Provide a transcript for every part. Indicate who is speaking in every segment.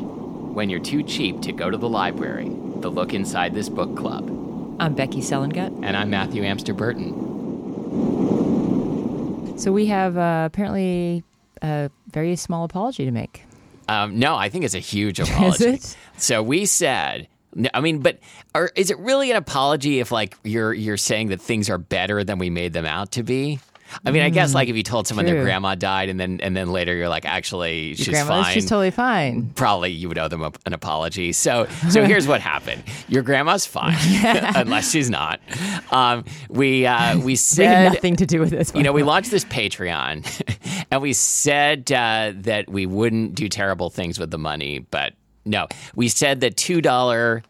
Speaker 1: when you're too cheap to go to the library, the look inside this book club.
Speaker 2: I'm Becky Selengut.
Speaker 1: And I'm Matthew Amster Burton.
Speaker 2: So we have uh, apparently a very small apology to make.
Speaker 1: Um, no, I think it's a huge apology.
Speaker 2: it?
Speaker 1: So we said, no, I mean, but are, is it really an apology if like you're you're saying that things are better than we made them out to be? I mean, I guess like if you told someone their
Speaker 2: Mm, true.
Speaker 1: grandma died and then and then later you're like, actually, she's
Speaker 2: Grandma,
Speaker 1: fine.
Speaker 2: she's totally fine.
Speaker 1: probably you would owe them a, an apology. So, so here's what happened: your grandma's fine, unless she's not. Um, we uh, we
Speaker 2: They had
Speaker 1: said
Speaker 2: nothing to do with this.
Speaker 1: you know we launched this Patreon, and we said uh, that we wouldn't do terrible things with the money, but no, we said that two dollar.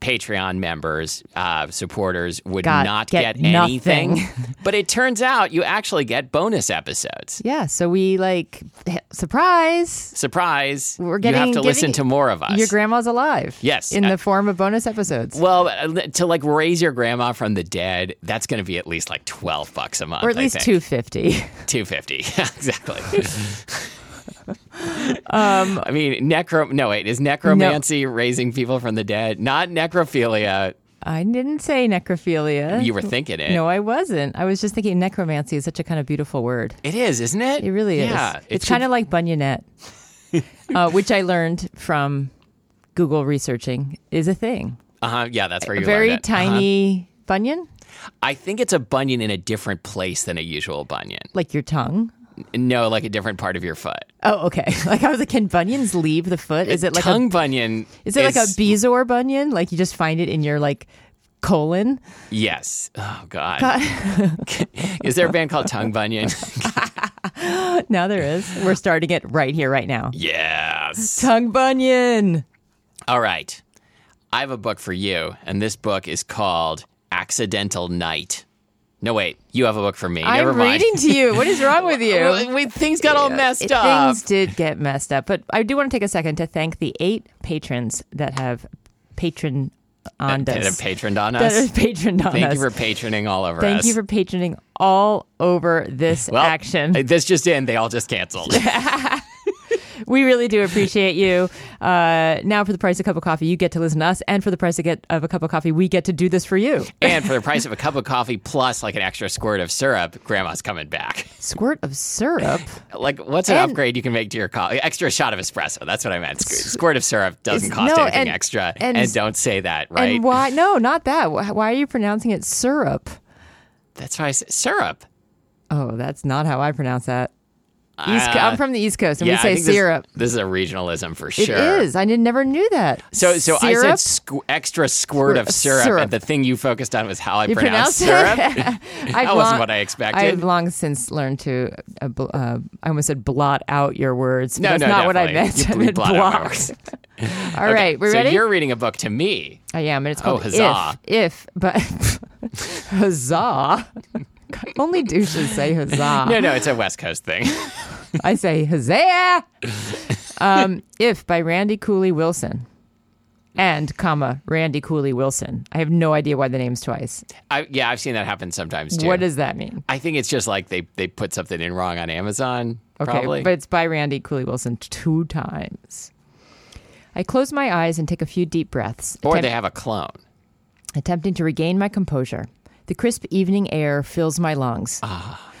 Speaker 1: Patreon members, uh, supporters would
Speaker 2: Got-
Speaker 1: not get,
Speaker 2: get nothing.
Speaker 1: anything. but it turns out you actually get bonus episodes.
Speaker 2: yeah. So we like h- surprise.
Speaker 1: Surprise!
Speaker 2: We're
Speaker 1: you
Speaker 2: getting-
Speaker 1: have to
Speaker 2: giving-
Speaker 1: listen to more of us.
Speaker 2: Your grandma's alive.
Speaker 1: Yes,
Speaker 2: In
Speaker 1: uh,
Speaker 2: the form of bonus episodes.
Speaker 1: Well, uh, to like raise your grandma from the dead, that's going to be at least like twelve bucks a month,
Speaker 2: or at least two fifty.
Speaker 1: two fifty, exactly. um, I mean, necro. No, wait, is necromancy raising people from the dead? Not necrophilia.
Speaker 2: I didn't say necrophilia.
Speaker 1: You were thinking it.
Speaker 2: No, I wasn't. I was just thinking necromancy is such a kind of beautiful word.
Speaker 1: it is, isn't it?
Speaker 2: It really
Speaker 1: yeah,
Speaker 2: is. It's kind of like bunionette, uh, which I learned from Google researching is a thing.
Speaker 1: uh yeah, that's where you
Speaker 2: Very
Speaker 1: learned it.
Speaker 2: tiny bunion,
Speaker 1: Uh-huh. I think it's a bunion in a different place than a usual bunion.
Speaker 2: like your tongue.
Speaker 1: No, like a different part of your foot.
Speaker 2: Oh, okay. Like I was like, can bunions leave the foot? Is it like
Speaker 1: tongue
Speaker 2: a
Speaker 1: bunion?
Speaker 2: is it like a bezoar bunion? Like you just find it in your like colon?
Speaker 1: Yes. Oh God. Is there a band called Tongue Bunyan?
Speaker 2: now there is. We're starting it right here, right now.
Speaker 1: yes.
Speaker 2: Tongue bunion.
Speaker 1: All right. I have a book for you, and this book is called Accidental Night. No, wait. You have a book for me. Never
Speaker 2: I'm
Speaker 1: mind.
Speaker 2: reading to you. What is wrong with you?
Speaker 1: Well, Wait, things got all messed
Speaker 2: It-
Speaker 1: up.
Speaker 2: Things did get messed up, but I do want to take a second to thank the eight patrons that have patron on
Speaker 1: Did
Speaker 2: us.
Speaker 1: it patroned on
Speaker 2: That have
Speaker 1: us?
Speaker 2: patroned on
Speaker 1: Thank
Speaker 2: us.
Speaker 1: you for patroning all over
Speaker 2: Thank
Speaker 1: us.
Speaker 2: you for patroning all over this
Speaker 1: well,
Speaker 2: action.
Speaker 1: This just in. They all just canceled.
Speaker 2: we really do appreciate you. Uh, now, for the price of a cup of coffee, you get to listen to us, and for the price of, get, of a cup of coffee, we get to do this for you.
Speaker 1: and for the price of a cup of coffee plus like an extra squirt of syrup, Grandma's coming back.
Speaker 2: Squirt of syrup.
Speaker 1: Like, what's an
Speaker 2: And-
Speaker 1: upgrade you can make to your coffee? Extra shot of espresso. That's what I meant. Squ- Squirt of syrup doesn't
Speaker 2: It's-
Speaker 1: cost
Speaker 2: no,
Speaker 1: anything
Speaker 2: and-
Speaker 1: extra.
Speaker 2: and-
Speaker 1: And, don't say that, right?
Speaker 2: And why? No, not that. Why why are you pronouncing it syrup?
Speaker 1: That's why I said syrup.
Speaker 2: Oh, that's not how I pronounce that. East,
Speaker 1: Uh,
Speaker 2: Co- I'm from the East Coast, and
Speaker 1: yeah,
Speaker 2: we
Speaker 1: I
Speaker 2: say
Speaker 1: think this-
Speaker 2: syrup.
Speaker 1: This, is a regionalism for
Speaker 2: It
Speaker 1: sure.
Speaker 2: is. I did, never knew that.
Speaker 1: So, so
Speaker 2: syrup? uh,
Speaker 1: I said squ- extra squirt of syrup,
Speaker 2: syrup.
Speaker 1: and the thing you focused on was how I
Speaker 2: You
Speaker 1: pronounce
Speaker 2: pronounced
Speaker 1: syrup.
Speaker 2: I've
Speaker 1: that wasn't what I expected.
Speaker 2: I've long since learned to. Uh, bl- uh, I almost said blot out your words. but
Speaker 1: no,
Speaker 2: that's
Speaker 1: no,
Speaker 2: not what I
Speaker 1: definitely.
Speaker 2: meant.
Speaker 1: You
Speaker 2: I meant
Speaker 1: blot out my
Speaker 2: block.
Speaker 1: words.
Speaker 2: All right, we're
Speaker 1: so
Speaker 2: ready.
Speaker 1: you're reading a book to me.
Speaker 2: I am, and it's
Speaker 1: Oh,
Speaker 2: called
Speaker 1: huzzah.
Speaker 2: If. If, but huzzah. God, Only douches say huzzah.
Speaker 1: No, no, it's a West Coast thing.
Speaker 2: I say huzzah. um, if by Randy Cooley Wilson. And comma Randy Cooley Wilson. I have no idea why the name's twice.
Speaker 1: I, yeah, I've seen that happen sometimes too.
Speaker 2: What does that mean?
Speaker 1: I think it's just like they, they put something in wrong on Amazon.
Speaker 2: Okay,
Speaker 1: probably.
Speaker 2: but it's by Randy Cooley Wilson two times. I close my eyes and take a few deep breaths,
Speaker 1: or
Speaker 2: attempt-
Speaker 1: they have a clone.
Speaker 2: attempting to regain my composure. The crisp evening air fills my lungs,
Speaker 1: Ah.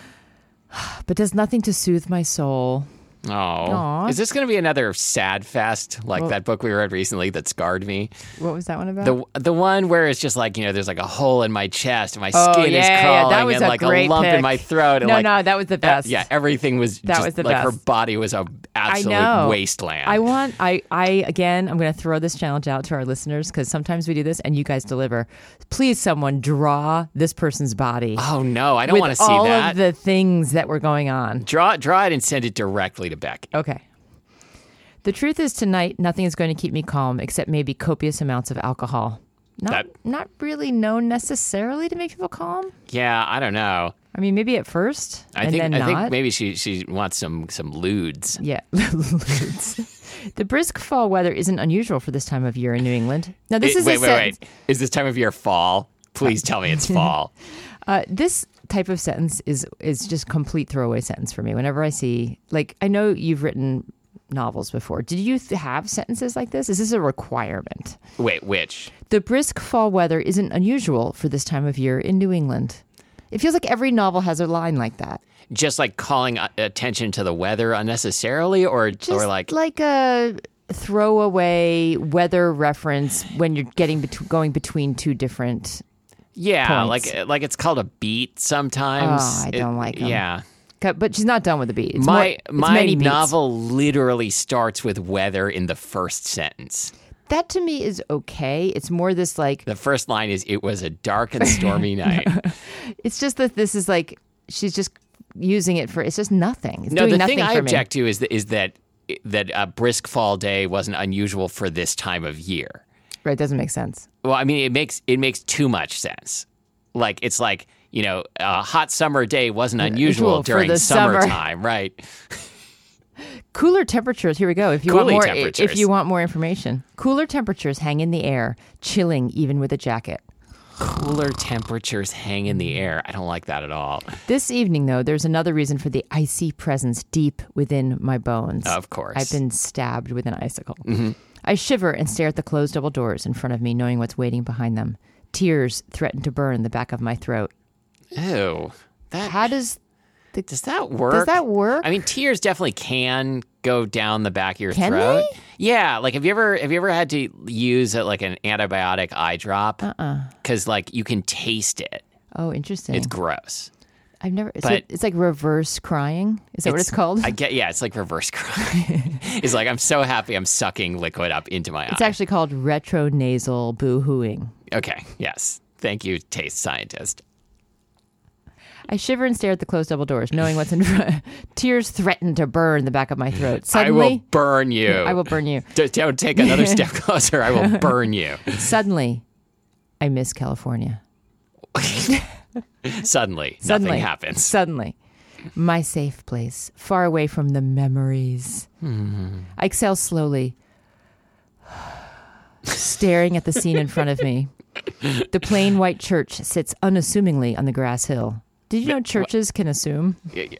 Speaker 2: but does nothing to soothe my soul.
Speaker 1: Oh,
Speaker 2: Aw.
Speaker 1: is this going to be another sad fest like that book we read recently that scarred me?
Speaker 2: What was that one about?
Speaker 1: The the one where it's just like you know, there's like a hole in my chest, and my
Speaker 2: oh
Speaker 1: skin
Speaker 2: yeah,
Speaker 1: is
Speaker 2: yeah,
Speaker 1: crawling,
Speaker 2: that was
Speaker 1: and
Speaker 2: a
Speaker 1: like
Speaker 2: great
Speaker 1: a lump
Speaker 2: pick.
Speaker 1: in my throat. And
Speaker 2: No,
Speaker 1: like, Uh,
Speaker 2: no, that was the best.
Speaker 1: Yeah, everything was
Speaker 2: That
Speaker 1: just
Speaker 2: was the
Speaker 1: like her
Speaker 2: best.
Speaker 1: body was a
Speaker 2: I
Speaker 1: absolute
Speaker 2: know.
Speaker 1: wasteland.
Speaker 2: I want. I. I again. I'm going to throw this challenge out to our listeners because sometimes we do this and you guys deliver. Please, someone draw this person's body.
Speaker 1: oh no, I don't
Speaker 2: with
Speaker 1: want to see
Speaker 2: all
Speaker 1: that.
Speaker 2: of the things that were going on.
Speaker 1: draw draw it and send it directly to Beck.
Speaker 2: Okay. The truth is, tonight, nothing is going to keep me calm except maybe copious amounts of alcohol. Not,
Speaker 1: That-
Speaker 2: not really known necessarily to make people calm.
Speaker 1: Yeah, I don't know.
Speaker 2: I mean, maybe at first,
Speaker 1: I
Speaker 2: and
Speaker 1: think
Speaker 2: then
Speaker 1: I
Speaker 2: not.
Speaker 1: think maybe she she wants some some lewds.
Speaker 2: yeah. Ludes. the brisk fall weather isn't unusual for this time of year in New England. Now, this
Speaker 1: It-
Speaker 2: is
Speaker 1: wait,
Speaker 2: a
Speaker 1: wait,
Speaker 2: sentence.
Speaker 1: wait. Is this time of year fall? Please tell me it's fall.
Speaker 2: Uh, this type of sentence is is just complete throwaway sentence for me. Whenever I see, like, I know you've written novels before. Did you th- have sentences like this? Is this a requirement?
Speaker 1: Wait, which?
Speaker 2: The brisk fall weather isn't unusual for this time of year in New England. It feels like every novel has a line like that.
Speaker 1: Just like calling a- attention to the weather unnecessarily, or
Speaker 2: Just
Speaker 1: or like,
Speaker 2: a throwaway weather reference when you're getting bet- going between two different.
Speaker 1: yeah,
Speaker 2: points.
Speaker 1: like like it's called a beat sometimes.
Speaker 2: Oh, I don't like 'em.
Speaker 1: Yeah,
Speaker 2: cut- But she's not done with the beat. It's more-
Speaker 1: my
Speaker 2: it's
Speaker 1: my
Speaker 2: many beats.
Speaker 1: novel literally starts with weather in the first sentence.
Speaker 2: That to me is okay. It's more this like
Speaker 1: The first line is "It was a dark and stormy night."
Speaker 2: it's just that this is like she's just using it for it's just nothing. It's
Speaker 1: No,
Speaker 2: doing
Speaker 1: the
Speaker 2: nothing
Speaker 1: thing I
Speaker 2: for
Speaker 1: object to is that is that that a brisk fall day wasn't unusual for this time of year.
Speaker 2: me. Right, doesn't make sense.
Speaker 1: Well, I mean, it makes it makes too much sense. Like it's like you know, a hot summer day wasn't unusual
Speaker 2: unusual for
Speaker 1: during
Speaker 2: the summer.
Speaker 1: summertime, right?
Speaker 2: Cooler temperatures. Here we go. If you
Speaker 1: Cooling
Speaker 2: want more,
Speaker 1: temperatures.
Speaker 2: if you want more information, cooler temperatures hang in the air, chilling even with a jacket.
Speaker 1: Cooler temperatures hang in the air. I don't like that at all.
Speaker 2: This evening, though, there's another reason for the icy presence deep within my bones.
Speaker 1: Of course. Mm-hmm.
Speaker 2: I've been stabbed with an icicle. I shiver and stare at the closed double doors in front of me, knowing what's waiting behind them. Tears threaten to burn the back of my throat.
Speaker 1: Ew. That
Speaker 2: How does the
Speaker 1: does that work?
Speaker 2: Does that work?
Speaker 1: I mean, tears definitely can go down the back of your
Speaker 2: Can
Speaker 1: throat. Yeah, like have you ever have you ever had to use uh like an antibiotic eye drop? Uh
Speaker 2: Uh-uh.
Speaker 1: uh Because like you can taste it.
Speaker 2: Oh, interesting.
Speaker 1: It's gross.
Speaker 2: I've never. so
Speaker 1: but-
Speaker 2: it's like reverse crying. Is that what it's called?
Speaker 1: I get yeah, it's like reverse crying. it's like I'm so happy I'm sucking liquid up into my
Speaker 2: it's
Speaker 1: eye.
Speaker 2: actually called retronasal boo-hooing.
Speaker 1: okay, yes. Thank you, taste scientist.
Speaker 2: I shiver and stare at the closed double doors, knowing what's in front. Tears threaten to burn the back of my throat. Suddenly,
Speaker 1: I will burn you.
Speaker 2: I will burn you.
Speaker 1: D- don't take another step closer. I will burn you.
Speaker 2: Suddenly, I miss California.
Speaker 1: Suddenly,
Speaker 2: Suddenly
Speaker 1: nothing happens.
Speaker 2: Suddenly, my safe place, far away from the memories.
Speaker 1: Hmm.
Speaker 2: I exhale slowly, staring at the scene in front of me. The plain white church sits unassumingly on the grass hill. Did you know churches can assume?
Speaker 1: Yeah, yeah.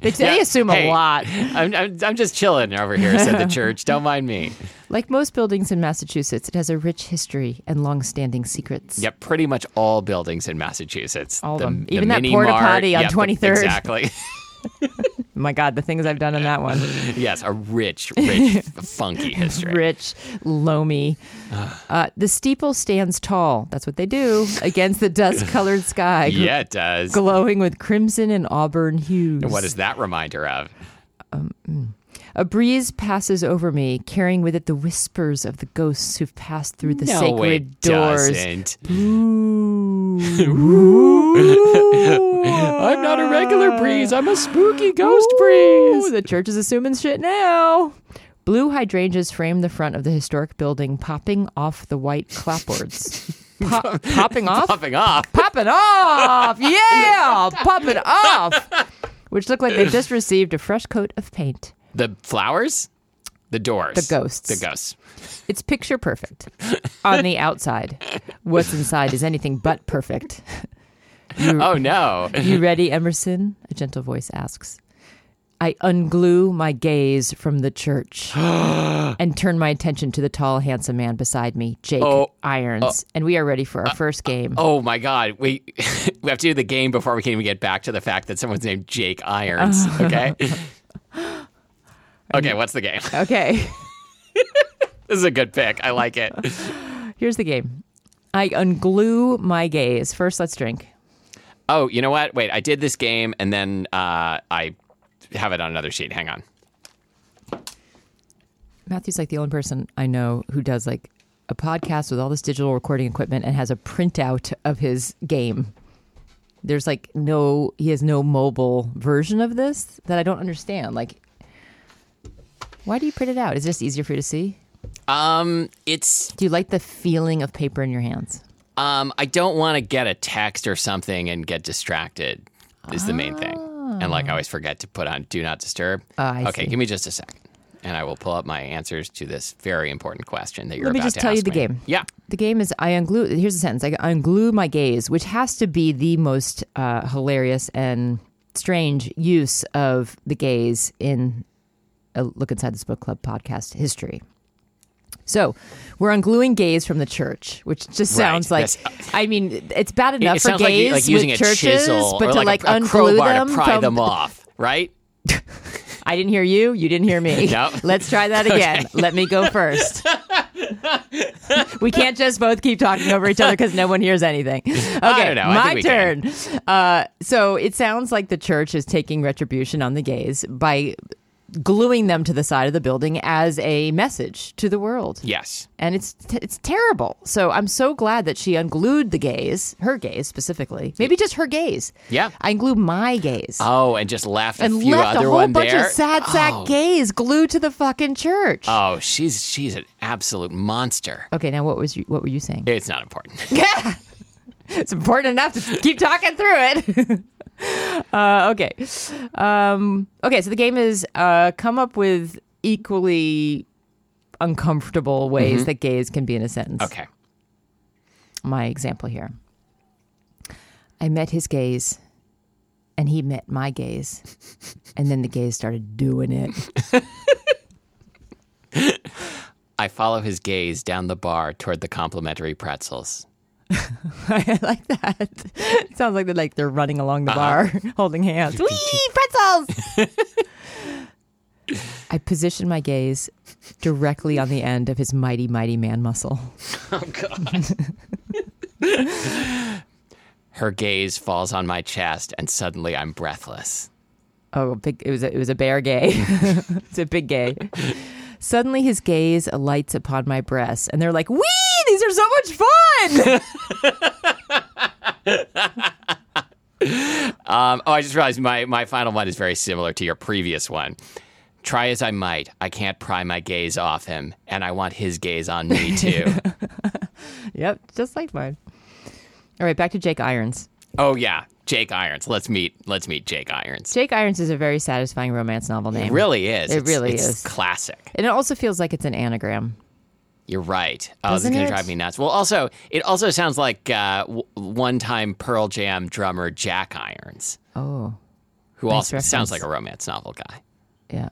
Speaker 2: They, they
Speaker 1: Yeah,
Speaker 2: assume
Speaker 1: hey.
Speaker 2: a lot.
Speaker 1: I'm, I'm, I'm just chilling over here, said the church. Don't mind me.
Speaker 2: Like most buildings in Massachusetts, it has a rich history and long-standing secrets.
Speaker 1: Yep, pretty much all buildings in Massachusetts.
Speaker 2: All of
Speaker 1: the,
Speaker 2: them.
Speaker 1: the
Speaker 2: Even that
Speaker 1: mini
Speaker 2: porta
Speaker 1: mart.
Speaker 2: potty on
Speaker 1: Yep, the-
Speaker 2: 23rd.
Speaker 1: Exactly.
Speaker 2: My God, the things I've done in that one.
Speaker 1: yes, a rich, rich, funky history.
Speaker 2: rich, loamy.
Speaker 1: Ah.
Speaker 2: Uh, the steeple stands tall. That's what they do against the dust colored sky, gl-
Speaker 1: Yeah, it does.
Speaker 2: glowing with crimson and auburn hues.
Speaker 1: What is that reminder of?
Speaker 2: A breeze passes over me, carrying with it the whispers of the ghosts who've passed through the
Speaker 1: no,
Speaker 2: sacred
Speaker 1: it
Speaker 2: doors.
Speaker 1: doesn't.
Speaker 2: Ooh.
Speaker 1: I'm not a regular breeze. I'm a spooky ghost
Speaker 2: Ooh,
Speaker 1: breeze.
Speaker 2: the church is assuming shit now. Blue hydrangeas frame the front of the historic building, popping off the white clapboards. Pop- popping off?
Speaker 1: Popping off.
Speaker 2: popping off. Yeah, popping off. Which look like they just received a fresh coat of paint.
Speaker 1: The flowers? The doors.
Speaker 2: The ghosts.
Speaker 1: The ghosts.
Speaker 2: It's picture perfect on the outside. What's inside is anything but perfect.
Speaker 1: Oh, no.
Speaker 2: You ready, Emerson? A gentle voice asks. I unglue my gaze from the church and turn my attention to the tall, handsome man beside me, Jake
Speaker 1: Oh.
Speaker 2: Irons. and we are ready for our first game.
Speaker 1: Oh my God! We we have to do the game before we can even get back to the fact that someone's named Jake Irons. Okay. okay, what's the game?
Speaker 2: Okay.
Speaker 1: This is a good pick. I like it.
Speaker 2: Here's the game. I unglue my gaze. First, let's drink.
Speaker 1: Oh, you know what? Wait, I did this game and then uh, I have it on another sheet. Hang on.
Speaker 2: Matthew's like the only person I know who does like a podcast with all this digital recording equipment and has a printout of his game. There's like no, he has no mobile version of this that I don't understand. Like, why do you print it out? Is it just easier for you to see?
Speaker 1: Um, it's
Speaker 2: Do you like the feeling of paper in your hands?
Speaker 1: um, I don't want to get a text or something and get distracted. Is the main thing. And like I always forget to put on do not disturb.
Speaker 2: Oh, I
Speaker 1: okay,
Speaker 2: see.
Speaker 1: give me just a second. And I will pull up my answers to this very important question that you're
Speaker 2: Let me
Speaker 1: about
Speaker 2: just
Speaker 1: to
Speaker 2: tell you
Speaker 1: ask
Speaker 2: the
Speaker 1: me.
Speaker 2: game.
Speaker 1: Yeah.
Speaker 2: The game is I unglue. Here's a sentence: I unglue my gaze, which has to be the most uh, hilarious and strange use of the gaze in a look inside this book club podcast history. So we're ungluing gays from the church, which just
Speaker 1: Right,
Speaker 2: sounds like,
Speaker 1: that's-
Speaker 2: I mean, it's bad enough
Speaker 1: it
Speaker 2: Uh, for
Speaker 1: sounds like, you-
Speaker 2: gays
Speaker 1: like using
Speaker 2: with
Speaker 1: a
Speaker 2: churches,
Speaker 1: chisel
Speaker 2: but
Speaker 1: or
Speaker 2: to like,
Speaker 1: like, a, a
Speaker 2: unglue
Speaker 1: crowbar
Speaker 2: them
Speaker 1: to pry
Speaker 2: from
Speaker 1: them off, right?
Speaker 2: I didn't hear you. You didn't hear me.
Speaker 1: No.
Speaker 2: Let's try that again. Let me go first. we can't just both keep talking over each other because no one hears anything. Okay,
Speaker 1: don't know. I
Speaker 2: my
Speaker 1: think we
Speaker 2: turn.
Speaker 1: can.
Speaker 2: Uh, so it sounds like the church is taking retribution on the gays by gluing them to the side of the building as a message to the world.
Speaker 1: Yes.
Speaker 2: And it's it's terrible. So I'm so glad that she unglued the gays, her gays specifically. Maybe just her gays.
Speaker 1: Yeah.
Speaker 2: I unglue my gays
Speaker 1: Oh, and just left a
Speaker 2: and
Speaker 1: few
Speaker 2: left a
Speaker 1: other
Speaker 2: whole
Speaker 1: one
Speaker 2: bunch
Speaker 1: there.
Speaker 2: of sad sack gays glued to the fucking church.
Speaker 1: Oh, she's she's an absolute monster.
Speaker 2: okay, now what was you, what were you saying?
Speaker 1: It's not important.
Speaker 2: it's important enough to keep talking through it. uh, okay, um, okay. So the game is uh, come up with equally uncomfortable ways that gays can be in a sentence.
Speaker 1: Mm-hmm. Okay.
Speaker 2: My example here. I met his gaze, and he met my gaze, and then the gays started doing it.
Speaker 1: I follow his gaze down the bar toward the complimentary pretzels.
Speaker 2: I like that. It sounds like they're like they're running along the bar, holding hands. Wee pretzels. I position my gaze directly on the end of his mighty, mighty man muscle.
Speaker 1: Her gaze falls on my chest, and suddenly I'm breathless.
Speaker 2: Oh, big! It was a, it was a bear gay. it's a big gay. Suddenly, his gaze alights upon my breasts, and they're like, "Wee! These are so much fun!"
Speaker 1: Um, oh, I just realized my, my final one is very similar to your previous one. Try as I might, I can't pry my gaze off him, and I want his gaze on me too.
Speaker 2: yep, just like mine. All right, back to Jake Irons.
Speaker 1: oh yeah, Jake Irons. Let's meet. Let's meet Jake Irons.
Speaker 2: Jake Irons is a very satisfying romance novel name.
Speaker 1: It really is.
Speaker 2: It
Speaker 1: It's-
Speaker 2: really
Speaker 1: it's
Speaker 2: is.
Speaker 1: classic.
Speaker 2: And it also feels like it's an anagram.
Speaker 1: You're right. Oh, this
Speaker 2: Doesn't
Speaker 1: is gonna
Speaker 2: it?
Speaker 1: drive me nuts. Well, also, it also sounds like uh, w- one-time Pearl Jam drummer Jack Irons,
Speaker 2: Oh,
Speaker 1: who also sounds
Speaker 2: reference.
Speaker 1: like a romance novel guy.
Speaker 2: yeah.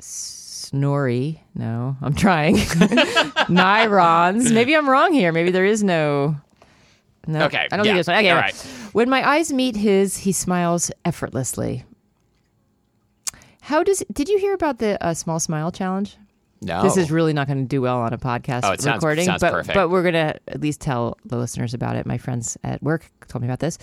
Speaker 2: Snorri. No, I'm trying. Nyrons. Maybe I'm wrong here. Maybe there is no. No.
Speaker 1: Okay,
Speaker 2: I don't think
Speaker 1: yeah.
Speaker 2: there's one. Okay.
Speaker 1: All
Speaker 2: all
Speaker 1: right.
Speaker 2: right. When my eyes meet his, he smiles effortlessly. How does? Did you hear about the uh, small smile challenge?
Speaker 1: No,
Speaker 2: This is really not going to do well on a podcast
Speaker 1: Oh, it sounds-
Speaker 2: recording,
Speaker 1: sounds
Speaker 2: but
Speaker 1: perfect.
Speaker 2: but we're going to at least tell the listeners about it. My friends at work told me about this.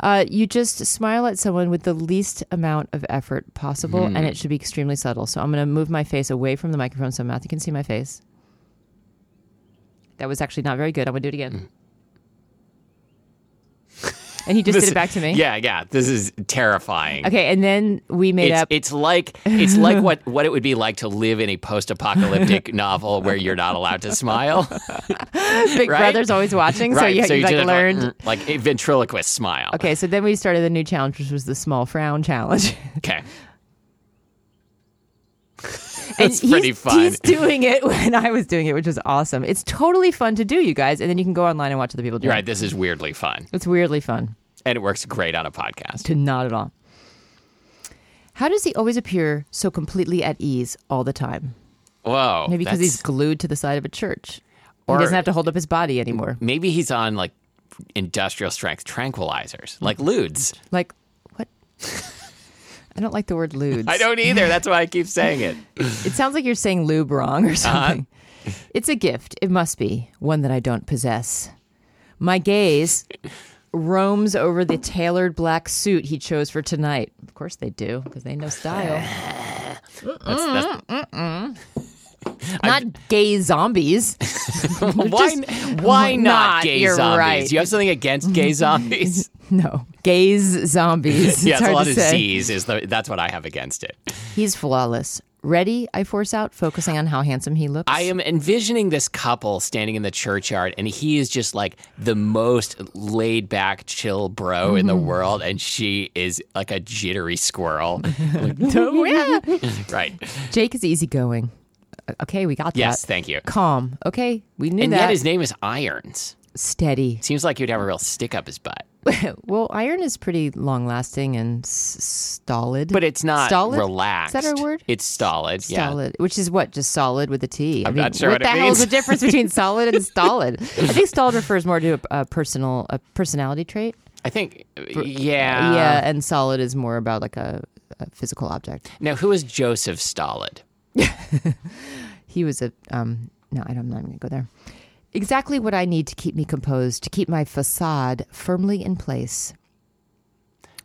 Speaker 2: Uh, you just smile at someone with the least amount of effort possible,
Speaker 1: Hmm.
Speaker 2: and it should be extremely subtle. So I'm going to move my face away from the microphone so Matthew can see my face. That was actually not very good. I'm going to do it again. and he just
Speaker 1: Hmm. This-
Speaker 2: did it back to me.
Speaker 1: Yeah, yeah. This is terrifying.
Speaker 2: Okay, and then we made
Speaker 1: It's,
Speaker 2: up.
Speaker 1: it's like it's like what, what it would be like to live in a post-apocalyptic novel where you're not allowed to smile.
Speaker 2: Big
Speaker 1: right?
Speaker 2: Brother's always watching, so you, you
Speaker 1: just
Speaker 2: like
Speaker 1: have,
Speaker 2: learned.
Speaker 1: mm, like a ventriloquist smile.
Speaker 2: Okay, so then we started the new challenge, which was the small frown challenge.
Speaker 1: Okay.
Speaker 2: and
Speaker 1: That's pretty
Speaker 2: he's,
Speaker 1: fun.
Speaker 2: He's doing it when I was doing it, which was awesome. It's totally fun to do, you guys. And then you can go online and watch other people do
Speaker 1: You're
Speaker 2: it.
Speaker 1: right. This is weirdly fun,
Speaker 2: It's weirdly fun
Speaker 1: and it works great on a podcast.
Speaker 2: to not at all. How does he always appear so completely at ease all the time?
Speaker 1: Whoa.
Speaker 2: Maybe because
Speaker 1: that's-
Speaker 2: he's glued to the side of a church.
Speaker 1: Or-
Speaker 2: he doesn't have to hold up his body anymore.
Speaker 1: maybe he's on like industrial strength tranquilizers, like
Speaker 2: Mm.
Speaker 1: lewds.
Speaker 2: Like, what? I don't like the word lewd.
Speaker 1: I don't either. That's why I keep saying it.
Speaker 2: It sounds like you're saying lube wrong
Speaker 1: Uh-huh.
Speaker 2: or something. It's a gift. It must be one that I don't possess. My gaze roams over the tailored black suit he chose for tonight. Of course they do, because they know style.
Speaker 1: That's, that's,
Speaker 2: Not gay zombies.
Speaker 1: why? Why
Speaker 2: why
Speaker 1: not
Speaker 2: not?
Speaker 1: gay
Speaker 2: You're
Speaker 1: zombies?
Speaker 2: right.
Speaker 1: Do you have something against gay zombies?
Speaker 2: No, gays zombies.
Speaker 1: yeah, it's
Speaker 2: it's
Speaker 1: a
Speaker 2: hard
Speaker 1: lot
Speaker 2: to
Speaker 1: of
Speaker 2: say.
Speaker 1: Z's. Is the, that's what I have against it.
Speaker 2: He's flawless. Ready, I force out, focusing on how handsome he looks.
Speaker 1: I am envisioning this couple standing in the churchyard, and he is just like the most laid back, chill bro in
Speaker 2: Mm-hmm.
Speaker 1: the world, and she is like a jittery squirrel. Like, right.
Speaker 2: Jake is easygoing. Okay, we got
Speaker 1: Yes,
Speaker 2: that.
Speaker 1: thank you.
Speaker 2: Calm. Okay, we knew
Speaker 1: And
Speaker 2: that.
Speaker 1: yet his name is Irons.
Speaker 2: Steady.
Speaker 1: Seems like he'd have a real stick up his butt.
Speaker 2: well, iron is pretty long lasting and s- stolid.
Speaker 1: But it's not
Speaker 2: Stolid?
Speaker 1: relaxed.
Speaker 2: Is that a word?
Speaker 1: It's stolid. yeah.
Speaker 2: Solid, which is what just solid with a T. I mean,
Speaker 1: not sure
Speaker 2: what,
Speaker 1: what
Speaker 2: the
Speaker 1: it
Speaker 2: hell is the
Speaker 1: means.
Speaker 2: difference between solid and stolid? I think stolid refers more to a, a personal, a personality trait.
Speaker 1: I think, yeah.
Speaker 2: yeah, and solid is more about like a, a physical object.
Speaker 1: Now, who is Joseph Stolid?
Speaker 2: He was a um. No, I don't, I'm not even gonna go there. Exactly what I need to keep me composed, to keep my facade firmly in place.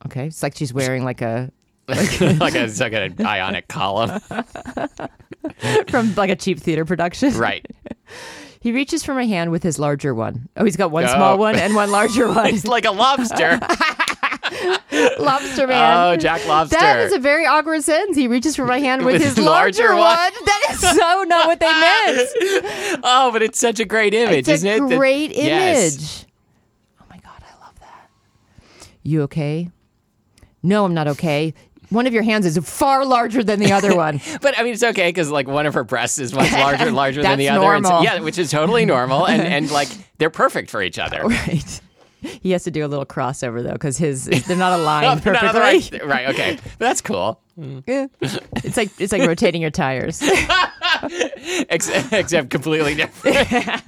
Speaker 2: Okay, it's like she's wearing like a
Speaker 1: like a, it's like an ionic column.
Speaker 2: from like a cheap theater production.
Speaker 1: Right.
Speaker 2: He reaches for my hand with his larger one. Oh, he's got one
Speaker 1: Oh.
Speaker 2: small one and one larger one.
Speaker 1: It's like a lobster.
Speaker 2: Lobster man.
Speaker 1: Oh, Jack Lobster.
Speaker 2: That is a very awkward sentence. He reaches for my hand with,
Speaker 1: With
Speaker 2: his
Speaker 1: his larger
Speaker 2: larger one.
Speaker 1: one.
Speaker 2: That is so not what they meant.
Speaker 1: oh, but it's such a great image,
Speaker 2: It's
Speaker 1: isn't
Speaker 2: a
Speaker 1: it? That-
Speaker 2: great image.
Speaker 1: Yes.
Speaker 2: Oh my god, I love that. You okay? No, I'm not okay. One of your hands is far larger than the other one.
Speaker 1: But I mean, it's okay because like one of her breasts is much larger and larger than the
Speaker 2: That's
Speaker 1: other. and so-
Speaker 2: normal.
Speaker 1: yeah, which is totally normal, and and like they're perfect for each other.
Speaker 2: right. He has to do a little crossover though, because his they're not
Speaker 1: Oh,
Speaker 2: aligned
Speaker 1: they're not
Speaker 2: perfectly.
Speaker 1: otherwise- right. Okay. But that's cool.
Speaker 2: Yeah. it's like it's like rotating your tires.
Speaker 1: Ex- except completely different.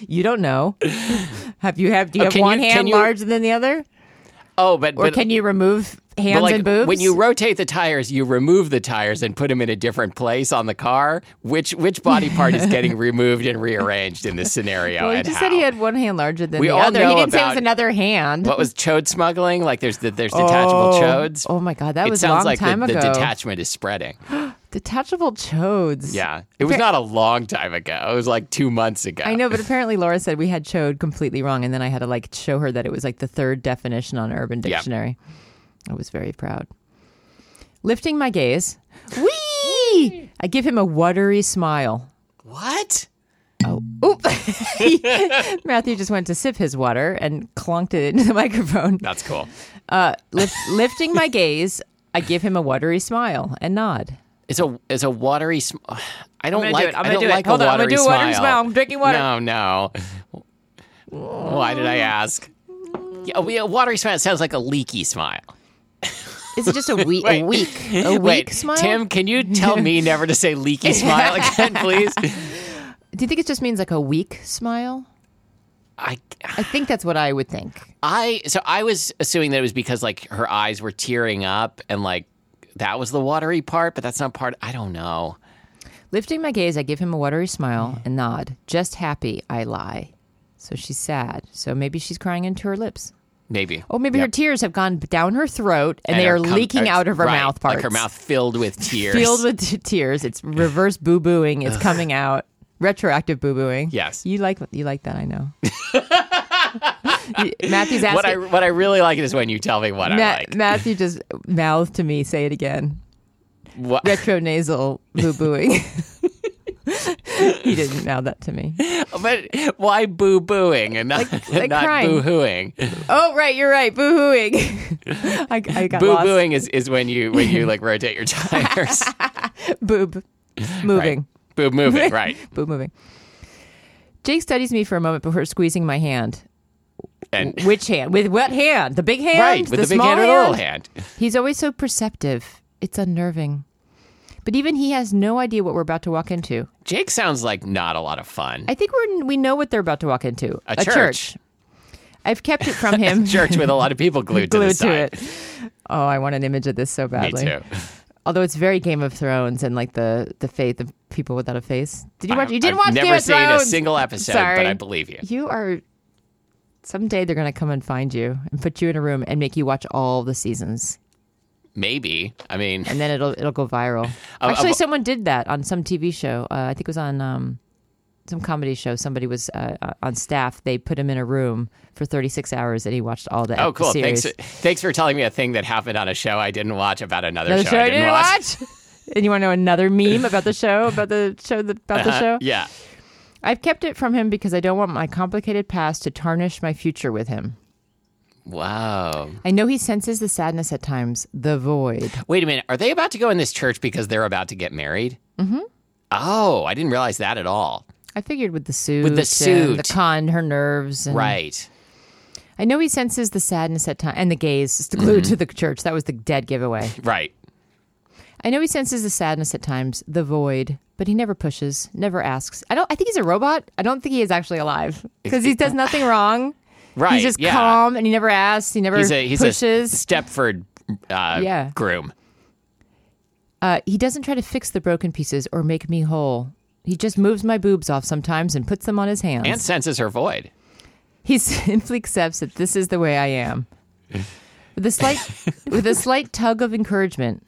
Speaker 2: You don't know. Have you have do you have
Speaker 1: Oh, can
Speaker 2: one
Speaker 1: you-
Speaker 2: hand
Speaker 1: can you-
Speaker 2: larger than the other,
Speaker 1: Oh, but
Speaker 2: or
Speaker 1: but,
Speaker 2: can you remove hands
Speaker 1: but like
Speaker 2: and boobs?
Speaker 1: when you rotate the tires, you remove the tires and put them in a different place on the car. Which which body part is getting removed and rearranged in this scenario?
Speaker 2: well, he
Speaker 1: and
Speaker 2: just
Speaker 1: how?
Speaker 2: said he had one hand larger than
Speaker 1: We
Speaker 2: the
Speaker 1: all
Speaker 2: other. he
Speaker 1: know
Speaker 2: didn't say it was
Speaker 1: about-
Speaker 2: another hand.
Speaker 1: What was chode smuggling? Like there's the, there's detachable chodes.
Speaker 2: Oh my god, that
Speaker 1: it
Speaker 2: was a
Speaker 1: sounds
Speaker 2: long
Speaker 1: like the-
Speaker 2: time
Speaker 1: the,
Speaker 2: ago.
Speaker 1: detachment is spreading.
Speaker 2: Detachable chodes.
Speaker 1: Yeah, it was not a long time ago. It was like two months ago.
Speaker 2: I know, but apparently Laura said we had chode completely wrong, and then I had to like show her that it was like the third definition on Urban
Speaker 1: Yeah.
Speaker 2: Dictionary. I was very proud. Lifting my gaze, wee! I give him a watery smile.
Speaker 1: What?
Speaker 2: Oh, oop! Matthew just went to sip his water and clunked it into the microphone.
Speaker 1: That's cool.
Speaker 2: Uh, lif- lifting my gaze, I give him a watery smile and nod.
Speaker 1: It's a it's a watery. Sm- I don't
Speaker 2: gonna do
Speaker 1: like.
Speaker 2: it. I'm
Speaker 1: I
Speaker 2: gonna
Speaker 1: don't
Speaker 2: do it.
Speaker 1: like
Speaker 2: Hold
Speaker 1: a
Speaker 2: on, I'm
Speaker 1: watery
Speaker 2: gonna do a watery smile. I'm drinking water.
Speaker 1: No, no. Why did I ask? Yeah, we- a watery smile sounds like a leaky smile.
Speaker 2: Is it just a weak,
Speaker 1: Wait.
Speaker 2: a weak, a weak
Speaker 1: Wait,
Speaker 2: smile?
Speaker 1: Tim, can you tell me never to say leaky smile again, please?
Speaker 2: Do you think it just means like a weak smile?
Speaker 1: I
Speaker 2: I think that's what I would think.
Speaker 1: I so I was assuming that it was because like her eyes were tearing up and like that was the watery part, but that's not part. I don't know.
Speaker 2: Lifting my gaze, I give him a watery smile and nod. Just happy, I lie. So she's sad. So maybe she's crying into her lips.
Speaker 1: Maybe.
Speaker 2: Oh, maybe her tears have gone down her throat and, they are
Speaker 1: com-
Speaker 2: leaking out of her
Speaker 1: right,
Speaker 2: mouth parts.
Speaker 1: Like her mouth filled with tears.
Speaker 2: filled with t- tears. It's reverse boo booing. It's coming out. Retroactive boo booing.
Speaker 1: Yes.
Speaker 2: you like you like that. I know. Matthew's asking.
Speaker 1: what I what I really like is when you tell me what
Speaker 2: Ma-
Speaker 1: I like.
Speaker 2: Matthew just mouthed to me. Say it again.
Speaker 1: What,
Speaker 2: Retronasal boo booing. he didn't mouth that to me.
Speaker 1: but why boo booing and not,
Speaker 2: like
Speaker 1: not
Speaker 2: crying.
Speaker 1: boo hooing?
Speaker 2: Oh right, you're right. Boo hooing. I, I got
Speaker 1: Boo
Speaker 2: lost.
Speaker 1: booing is, is when you when you like rotate your tires.
Speaker 2: Boob moving.
Speaker 1: Boo moving, right.
Speaker 2: Boob moving. Jake studies me for a moment before squeezing my hand.
Speaker 1: And
Speaker 2: Which hand? With what hand? The big hand?
Speaker 1: right, with the, big
Speaker 2: small
Speaker 1: hand or the little hand.
Speaker 2: He's always so perceptive. It's unnerving. But even he has no idea what we're about to walk into.
Speaker 1: Jake sounds like not a lot of fun.
Speaker 2: I think we're we know what they're about to walk into.
Speaker 1: A church.
Speaker 2: I've kept it from him.
Speaker 1: Church with a lot of people glued, to the
Speaker 2: Glued to
Speaker 1: side.
Speaker 2: it. Oh, I want an image of this so
Speaker 1: Me
Speaker 2: badly.
Speaker 1: too.
Speaker 2: Although it's very Game of Thrones and like the the faith of people without a face. Did you watch?
Speaker 1: I've-
Speaker 2: you didn't
Speaker 1: I've
Speaker 2: watch
Speaker 1: never
Speaker 2: Game of
Speaker 1: seen
Speaker 2: Thrones.
Speaker 1: a single episode,
Speaker 2: Sorry.
Speaker 1: but I believe you.
Speaker 2: You are. Someday they're gonna come and find you and put you in a room and make you watch all the seasons,
Speaker 1: Maybe. I mean,
Speaker 2: and then it'll it'll go viral.
Speaker 1: Of-
Speaker 2: Actually,
Speaker 1: of-
Speaker 2: someone did that on some TV show. Uh, I think it was on um, some comedy show. Somebody was uh, uh, on staff. They put him in a room for 36 hours, and he watched all the
Speaker 1: oh, cool.
Speaker 2: series.
Speaker 1: Thanks, thanks for telling me a thing that happened on a show I didn't watch about another,
Speaker 2: Another
Speaker 1: show, I didn't watch.
Speaker 2: and you want to know another meme about the show about the show that- about the show?
Speaker 1: Uh, Uh-huh. Yeah.
Speaker 2: I've kept it from him because I don't want my complicated past to tarnish my future with him.
Speaker 1: Wow.
Speaker 2: I know he senses the sadness at times, the void.
Speaker 1: Wait a minute. Are they about to go in this church because they're about to get married? Mm-hmm. Oh, I didn't realize that at all.
Speaker 2: I figured with the suit,
Speaker 1: the
Speaker 2: and the
Speaker 1: suit.
Speaker 2: Mm. con, her nerves, and
Speaker 1: Right.
Speaker 2: I know he senses the sadness at times and the gaze is the glue
Speaker 1: Mm-hmm.
Speaker 2: to the church. That was the dead giveaway.
Speaker 1: Right.
Speaker 2: I know he senses the sadness at times, the void, but he never pushes, never asks. I don't. I think he's a robot. I don't think he is actually alive because he does nothing wrong.
Speaker 1: Right.
Speaker 2: He's just
Speaker 1: yeah.
Speaker 2: calm and he never asks. He never
Speaker 1: He's a he's
Speaker 2: pushes.
Speaker 1: a Stepford uh,
Speaker 2: Yeah.
Speaker 1: groom.
Speaker 2: Uh, he doesn't try to fix the broken pieces or make me whole. He just moves my boobs off sometimes and puts them on his hands.
Speaker 1: And senses her void.
Speaker 2: He simply accepts that this is the way I am. With a slight, with a slight tug of encouragement.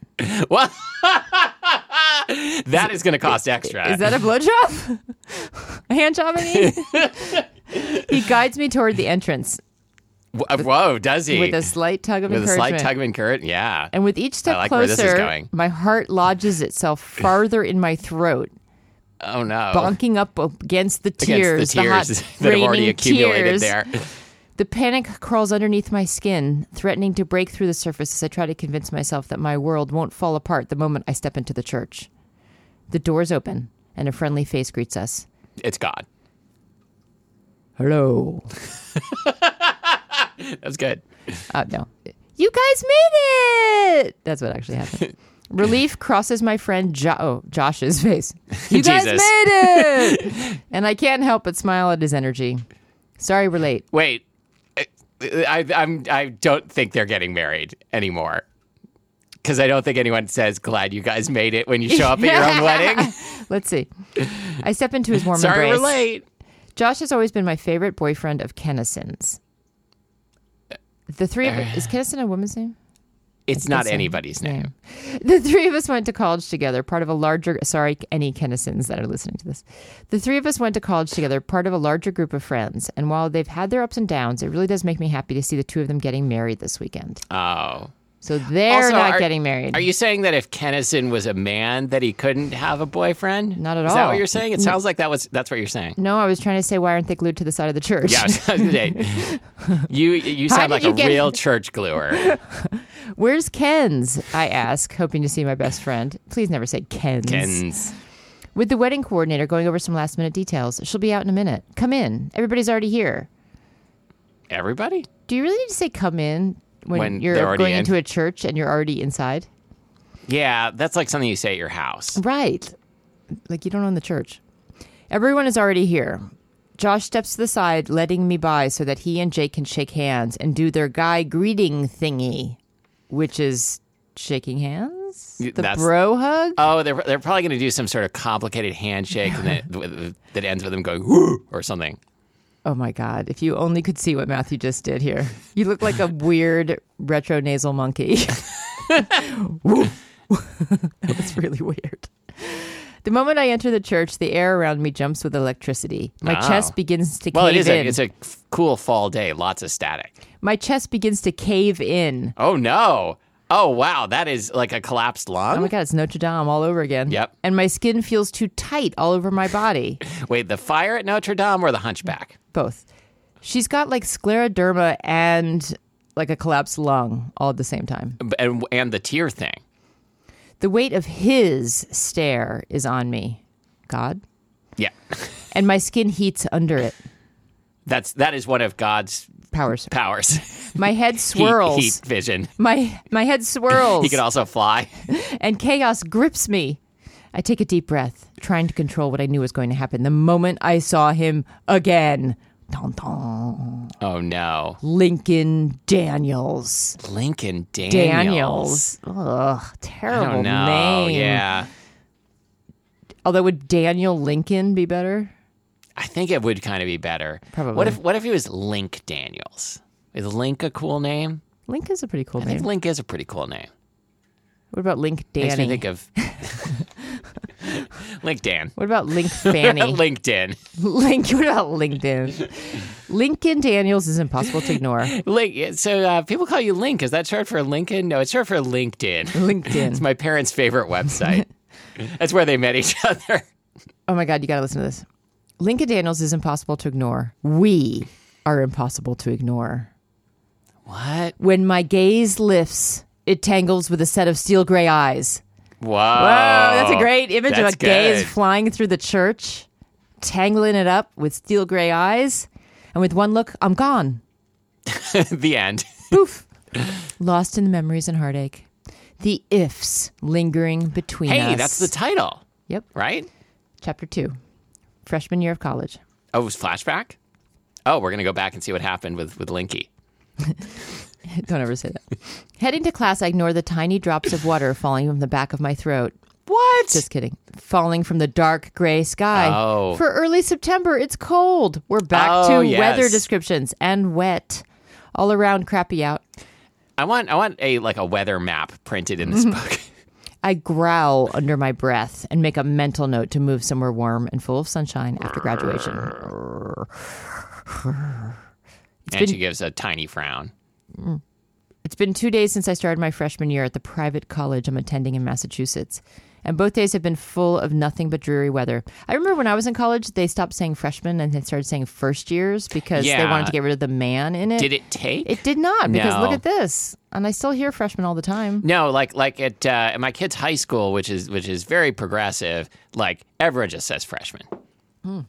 Speaker 1: What? that is going to cost extra.
Speaker 2: Is that a blowjob? a hand job? I mean? he guides me toward the entrance
Speaker 1: Wh- uh, Whoa, does he?
Speaker 2: with a slight tug of
Speaker 1: With a
Speaker 2: encouragement.
Speaker 1: slight tug of encouragement. Yeah.
Speaker 2: and with each step
Speaker 1: I like where
Speaker 2: closer,
Speaker 1: this is going.
Speaker 2: my heart lodges itself farther in my throat,
Speaker 1: Oh, no.
Speaker 2: bonking up against the
Speaker 1: Against
Speaker 2: tears,
Speaker 1: the tears
Speaker 2: the hot,
Speaker 1: that have already
Speaker 2: raining
Speaker 1: accumulated
Speaker 2: tears.
Speaker 1: there.
Speaker 2: The panic crawls underneath my skin, threatening to break through the surface as I try to convince myself that my world won't fall apart the moment I step into the church. The doors open, and a friendly face greets us.
Speaker 1: It's God.
Speaker 2: Hello.
Speaker 1: That's good.
Speaker 2: Uh, no. You guys made it! That's what actually happened. Relief crosses my friend jo- oh, Josh's face. You guys
Speaker 1: Jesus.
Speaker 2: made it! and I can't help but smile at his energy. Sorry we're late.
Speaker 1: Wait. I, I, I'm, I don't think they're getting married anymore. Because I don't think anyone says, glad you guys made it when you show up at your own wedding.
Speaker 2: Let's see. I step into his warm
Speaker 1: Sorry
Speaker 2: embrace.
Speaker 1: we're late.
Speaker 2: Josh has always been my favorite boyfriend of Kennison's. The three of is Kennison a woman's name?
Speaker 1: It's not anybody's name.
Speaker 2: The three of us went to college together, part of a larger sorry, any Kennisons that are listening to this. The three of us went to college together, part of a larger group of friends, and while they've had their ups and downs, it really does make me happy to see the two of them getting married this weekend.
Speaker 1: Oh.
Speaker 2: So they're
Speaker 1: Also,
Speaker 2: not
Speaker 1: are-
Speaker 2: getting married.
Speaker 1: Are you saying that if Kennison was a man, that he couldn't have a boyfriend?
Speaker 2: Not at
Speaker 1: Is that
Speaker 2: all.
Speaker 1: what you're saying? It sounds like that was that's what you're saying.
Speaker 2: no, I was trying to say why aren't they glued to the side of the church?
Speaker 1: Yeah, I was gonna say, you you sound
Speaker 2: did
Speaker 1: like
Speaker 2: you
Speaker 1: a
Speaker 2: get-
Speaker 1: real church gluer.
Speaker 2: Where's Ken's? I ask, hoping to see my best friend. Please never say
Speaker 1: Kens.
Speaker 2: With the wedding coordinator going over some last minute details, she'll be out in a minute. Come in. Everybody's already here.
Speaker 1: Everybody?
Speaker 2: Do you really need to say come in when,
Speaker 1: When they're
Speaker 2: you're
Speaker 1: already
Speaker 2: going
Speaker 1: in?
Speaker 2: into a church and you're already inside?
Speaker 1: Yeah, that's like something you say at your house.
Speaker 2: Right. Like you don't own the church. Everyone is already here. Josh steps to the side, letting me by so that he and Jake can shake hands and do their guy greeting thingy, which is shaking hands? The
Speaker 1: that's-
Speaker 2: bro hug?
Speaker 1: Oh, they're they're probably going to do some sort of complicated handshake and that, that ends with them going whoo or something.
Speaker 2: Oh my God. If you only could see what Matthew just did here. You look like a weird retro nasal monkey. Woo. that was really weird. The moment I enter the church, the air around me jumps with electricity. My
Speaker 1: Wow.
Speaker 2: chest begins to
Speaker 1: Well,
Speaker 2: cave
Speaker 1: it is a,
Speaker 2: in.
Speaker 1: it's a f- cool fall day, lots of static.
Speaker 2: My chest begins to cave in.
Speaker 1: Oh no. Oh wow, that is like a collapsed
Speaker 2: Oh my
Speaker 1: lung.
Speaker 2: God, it's Notre Dame all over again.
Speaker 1: Yep.
Speaker 2: And my skin feels too tight all over my body.
Speaker 1: Wait, the fire at Notre Dame or the hunchback?
Speaker 2: Both. She's got like scleroderma and like a collapsed lung all at the same time.
Speaker 1: And and the tear thing.
Speaker 2: The weight of his stare is on me, God,
Speaker 1: Yeah.
Speaker 2: and my skin heats under it.
Speaker 1: That's that is one of God's
Speaker 2: Powers.
Speaker 1: powers.
Speaker 2: My head
Speaker 1: Heat-
Speaker 2: swirls.
Speaker 1: Heat, vision.
Speaker 2: My my head swirls.
Speaker 1: He could also fly.
Speaker 2: and chaos grips me. I take a deep breath, trying to control what I knew was going to happen the moment I saw him again. Dun, dun.
Speaker 1: Oh no.
Speaker 2: Lincoln Daniels.
Speaker 1: Lincoln Daniels.
Speaker 2: Daniels. Ugh, terrible
Speaker 1: Oh no.
Speaker 2: name.
Speaker 1: Yeah.
Speaker 2: Although would Daniel Lincoln be better?
Speaker 1: I think it would kind of be better.
Speaker 2: Probably.
Speaker 1: What if what if he was Link Daniels? Is Link a cool name?
Speaker 2: Link is a pretty cool
Speaker 1: I think
Speaker 2: name.
Speaker 1: Link is a pretty cool name.
Speaker 2: What about Link
Speaker 1: Makes
Speaker 2: Danny?
Speaker 1: me think of Link Dan.
Speaker 2: What about Link Fanny?
Speaker 1: LinkedIn.
Speaker 2: Link, what about LinkedIn? Lincoln Daniels is impossible to ignore.
Speaker 1: Link. So uh, people call you Link. Is that short for Lincoln? No, it's short for LinkedIn. It's
Speaker 2: LinkedIn.
Speaker 1: my parents' favorite website. That's where they met each other.
Speaker 2: Oh my God, you got to listen to this. Lincoln Daniels is impossible to ignore. We are impossible to ignore.
Speaker 1: What?
Speaker 2: When my gaze lifts, it tangles with a set of steel gray eyes.
Speaker 1: Whoa.
Speaker 2: Oh, that's a great image of
Speaker 1: that's
Speaker 2: a gaze
Speaker 1: good.
Speaker 2: flying through the church, tangling it up with steel gray eyes. And with one look, I'm gone.
Speaker 1: the end.
Speaker 2: Poof. Lost in the memories and heartache. The ifs lingering between us.
Speaker 1: Hey, that's the title,
Speaker 2: Yep.
Speaker 1: right?
Speaker 2: Chapter two. Freshman year of college.
Speaker 1: Oh, it was flashback. Oh, we're gonna go back and see what happened with with Linky.
Speaker 2: Don't ever say that. Heading to class, I ignore the tiny drops of water falling from the back of my throat.
Speaker 1: What?
Speaker 2: Just kidding. Falling from the dark gray sky.
Speaker 1: Oh.
Speaker 2: For early September, it's cold. We're back
Speaker 1: Oh,
Speaker 2: to
Speaker 1: yes.
Speaker 2: weather descriptions and wet. All around crappy out.
Speaker 1: I want I want a like a weather map printed in this
Speaker 2: Mm-hmm.
Speaker 1: book.
Speaker 2: I growl under my breath and make a mental note to move somewhere warm and full of sunshine after graduation.
Speaker 1: and she gives a tiny frown.
Speaker 2: It's been two days since I started my freshman year at the private college I'm attending in Massachusetts. And both days have been full of nothing but dreary weather. I remember when I was in college, they stopped saying freshmen and they started saying first years because they
Speaker 1: Yeah.
Speaker 2: wanted to get rid of the man in it.
Speaker 1: Did it take?
Speaker 2: It did not because
Speaker 1: No.
Speaker 2: look at this. And I still hear freshmen all the time.
Speaker 1: no, like like at, uh, at my kid's high school, which is which is very progressive. Like everyone just says freshman.
Speaker 2: I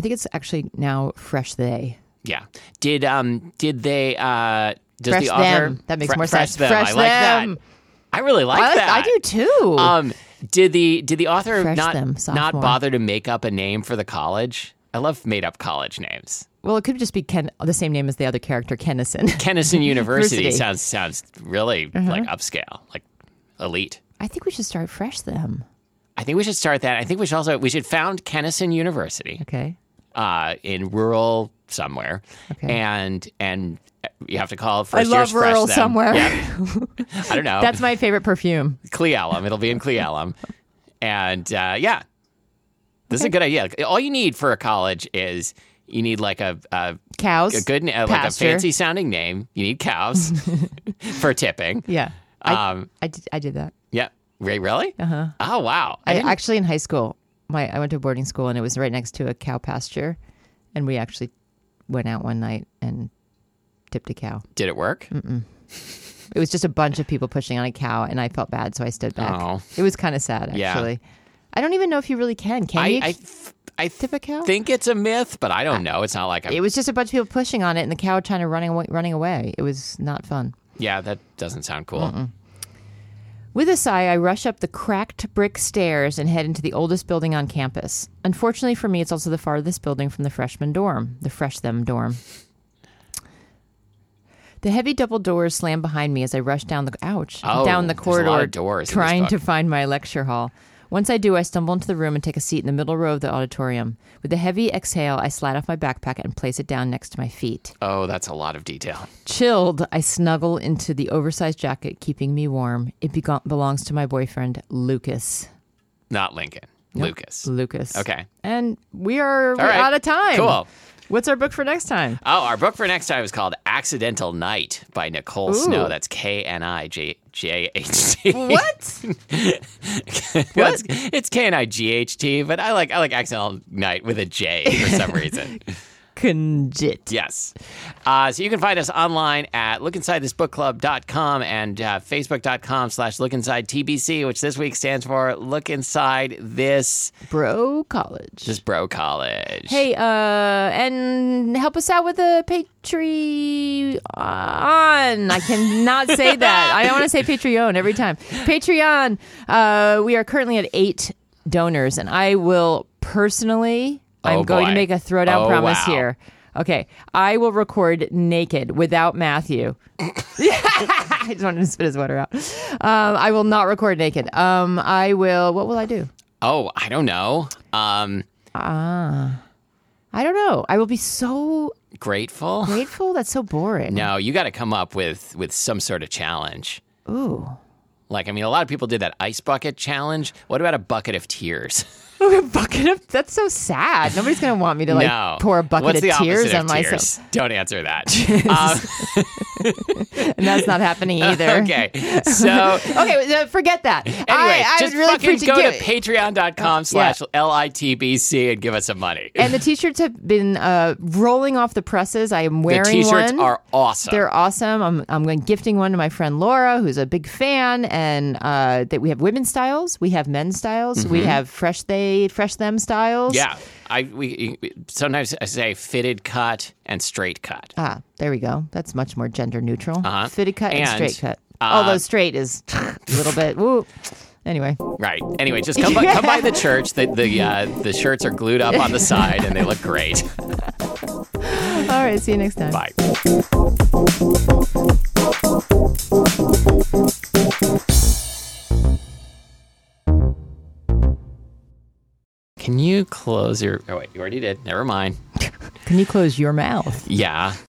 Speaker 2: think it's actually now fresh they.
Speaker 1: Yeah. Did um did they uh does
Speaker 2: Fresh
Speaker 1: the author
Speaker 2: them. That makes
Speaker 1: Fre-
Speaker 2: more
Speaker 1: fresh
Speaker 2: sense.
Speaker 1: Them.
Speaker 2: Fresh
Speaker 1: I like
Speaker 2: them.
Speaker 1: that. I really like,
Speaker 2: I, like-
Speaker 1: that.
Speaker 2: I do too.
Speaker 1: Um did the did the author
Speaker 2: Fresh
Speaker 1: not
Speaker 2: them,
Speaker 1: not
Speaker 2: sophomore.
Speaker 1: bother to make up a name for the college? I love made up college names.
Speaker 2: well, it could just be Ken, the same name as the other character, Kennison.
Speaker 1: Kennison University,
Speaker 2: University. Mm-hmm.
Speaker 1: sounds sounds really like upscale, like elite.
Speaker 2: I think we should start fresh them.
Speaker 1: I think we should start that. I think we should also we should found Kennison University
Speaker 2: Okay.
Speaker 1: uh, in rural somewhere,
Speaker 2: Okay.
Speaker 1: and and you have to call it first
Speaker 2: I love
Speaker 1: year's fresh
Speaker 2: rural
Speaker 1: then.
Speaker 2: somewhere.
Speaker 1: I don't know.
Speaker 2: That's my favorite perfume.
Speaker 1: Clealum. It'll be in Clealum. and uh, yeah, this is a good idea. All you need for a college is you need like a, a,
Speaker 2: Cows.
Speaker 1: a good, na- like a
Speaker 2: pasture.
Speaker 1: fancy sounding name. You need cows for tipping.
Speaker 2: Yeah. I,
Speaker 1: Um,
Speaker 2: I, did, I did that.
Speaker 1: yeah. Re- Really? Uh-huh. Oh, wow. I
Speaker 2: I,
Speaker 1: didn't-
Speaker 2: actually in high school, my I went to a boarding school and it was right next to a cow pasture, and we actually went out one night and tipped a cow.
Speaker 1: did it work?
Speaker 2: It was just a bunch of people pushing on a cow, and I felt bad, so I stood back.
Speaker 1: Oh.
Speaker 2: It was kind of sad,
Speaker 1: Yeah.
Speaker 2: actually. I don't even know if you really can. Can
Speaker 1: I,
Speaker 2: you?
Speaker 1: I, I
Speaker 2: tip a cow?
Speaker 1: think it's a myth, but I don't know. It's not like
Speaker 2: it
Speaker 1: I'm,
Speaker 2: was just a bunch of people pushing on it, and the cow trying to running away, running away. It was not fun.
Speaker 1: yeah, that doesn't sound cool.
Speaker 2: With a sigh, I rush up the cracked brick stairs and head into the oldest building on campus. Unfortunately for me, it's also the farthest building from the freshman dorm, the Fresh Them dorm. The heavy double doors slam behind me as I rush down the ouch
Speaker 1: Oh,
Speaker 2: down the
Speaker 1: there's a lot of
Speaker 2: corridor,
Speaker 1: doors in this
Speaker 2: trying
Speaker 1: book.
Speaker 2: to find my lecture hall. Once I do, I stumble into the room and take a seat in the middle row of the auditorium. With a heavy exhale, I slide off my backpack and place it down next to my feet.
Speaker 1: Oh, that's a lot of detail.
Speaker 2: Chilled, I snuggle into the oversized jacket, keeping me warm. It bego- belongs to my boyfriend, Lucas.
Speaker 1: Not Lincoln. Lucas.
Speaker 2: Lucas.
Speaker 1: Okay.
Speaker 2: And we are we're
Speaker 1: right.
Speaker 2: out of time.
Speaker 1: Cool.
Speaker 2: What's our book for next time?
Speaker 1: Oh, our book for next time is called Accidental Night by Nicole Snow. That's K N I J J H T.
Speaker 2: What?
Speaker 1: It's, it's K N I G H T, but I like I like Accidental Night with a J for some reason.
Speaker 2: Conjit.
Speaker 1: yes. Uh, so you can find us online at lookinsidethisbookclub.com and uh, facebook.com slash lookinsidetbc, which this week stands for Look Inside This
Speaker 2: Bro College.
Speaker 1: This Bro College.
Speaker 2: hey, uh, and help us out with a Patreon. I cannot say that. I don't want to say Patreon every time. Patreon. Uh, we are currently at eight donors, and I will personally,
Speaker 1: Oh,
Speaker 2: I'm going
Speaker 1: boy.
Speaker 2: to make a
Speaker 1: Oh,
Speaker 2: throwdown promise
Speaker 1: wow.
Speaker 2: here. Okay, I will record naked without Matthew. I just wanted to spit his water out. Um, I will not record naked. Um, I will. What will I do?
Speaker 1: Oh, I don't know. Um,
Speaker 2: I don't know. I will be so
Speaker 1: grateful.
Speaker 2: grateful. That's so boring.
Speaker 1: No, you got to come up with with some sort of challenge.
Speaker 2: Ooh.
Speaker 1: Like, I mean, a lot of people did that ice bucket challenge. What about a bucket of tears?
Speaker 2: a bucket of that's so sad. Nobody's gonna want me to like
Speaker 1: no.
Speaker 2: pour a bucket
Speaker 1: What's
Speaker 2: of
Speaker 1: the
Speaker 2: tears
Speaker 1: opposite
Speaker 2: on
Speaker 1: of
Speaker 2: myself,
Speaker 1: tears? Don't answer that. Um,
Speaker 2: and that's not happening either.
Speaker 1: okay. So.
Speaker 2: okay, uh, forget that.
Speaker 1: Anyway,
Speaker 2: I, I
Speaker 1: just
Speaker 2: would really
Speaker 1: fucking
Speaker 2: appreciate
Speaker 1: go to
Speaker 2: give-
Speaker 1: patreon.com slash L-I-T-B-C and give us some money.
Speaker 2: And the t-shirts have been uh, rolling off the presses. I am
Speaker 1: the
Speaker 2: wearing
Speaker 1: t-shirts
Speaker 2: one.
Speaker 1: are awesome.
Speaker 2: They're awesome. I'm I'm going gifting one to my friend Laura, who's a big fan, and uh, that we have women's styles, we have men's styles, we have fresh they fresh them styles.
Speaker 1: Mm-hmm. yeah. I we sometimes I say fitted cut and straight cut.
Speaker 2: Ah, there we go. That's much more gender neutral.
Speaker 1: Uh-huh.
Speaker 2: Fitted cut and,
Speaker 1: And,
Speaker 2: straight cut.
Speaker 1: uh,
Speaker 2: Although straight is a little bit. Woo. Anyway,
Speaker 1: Right. Anyway, just come by, come by the church. The the uh, the shirts are glued up on the side and they look great.
Speaker 2: all right. See you next time.
Speaker 1: Bye. Can you oh, close your? Oh wait, you already did. Never mind.
Speaker 2: Can you close your mouth?
Speaker 1: Yeah.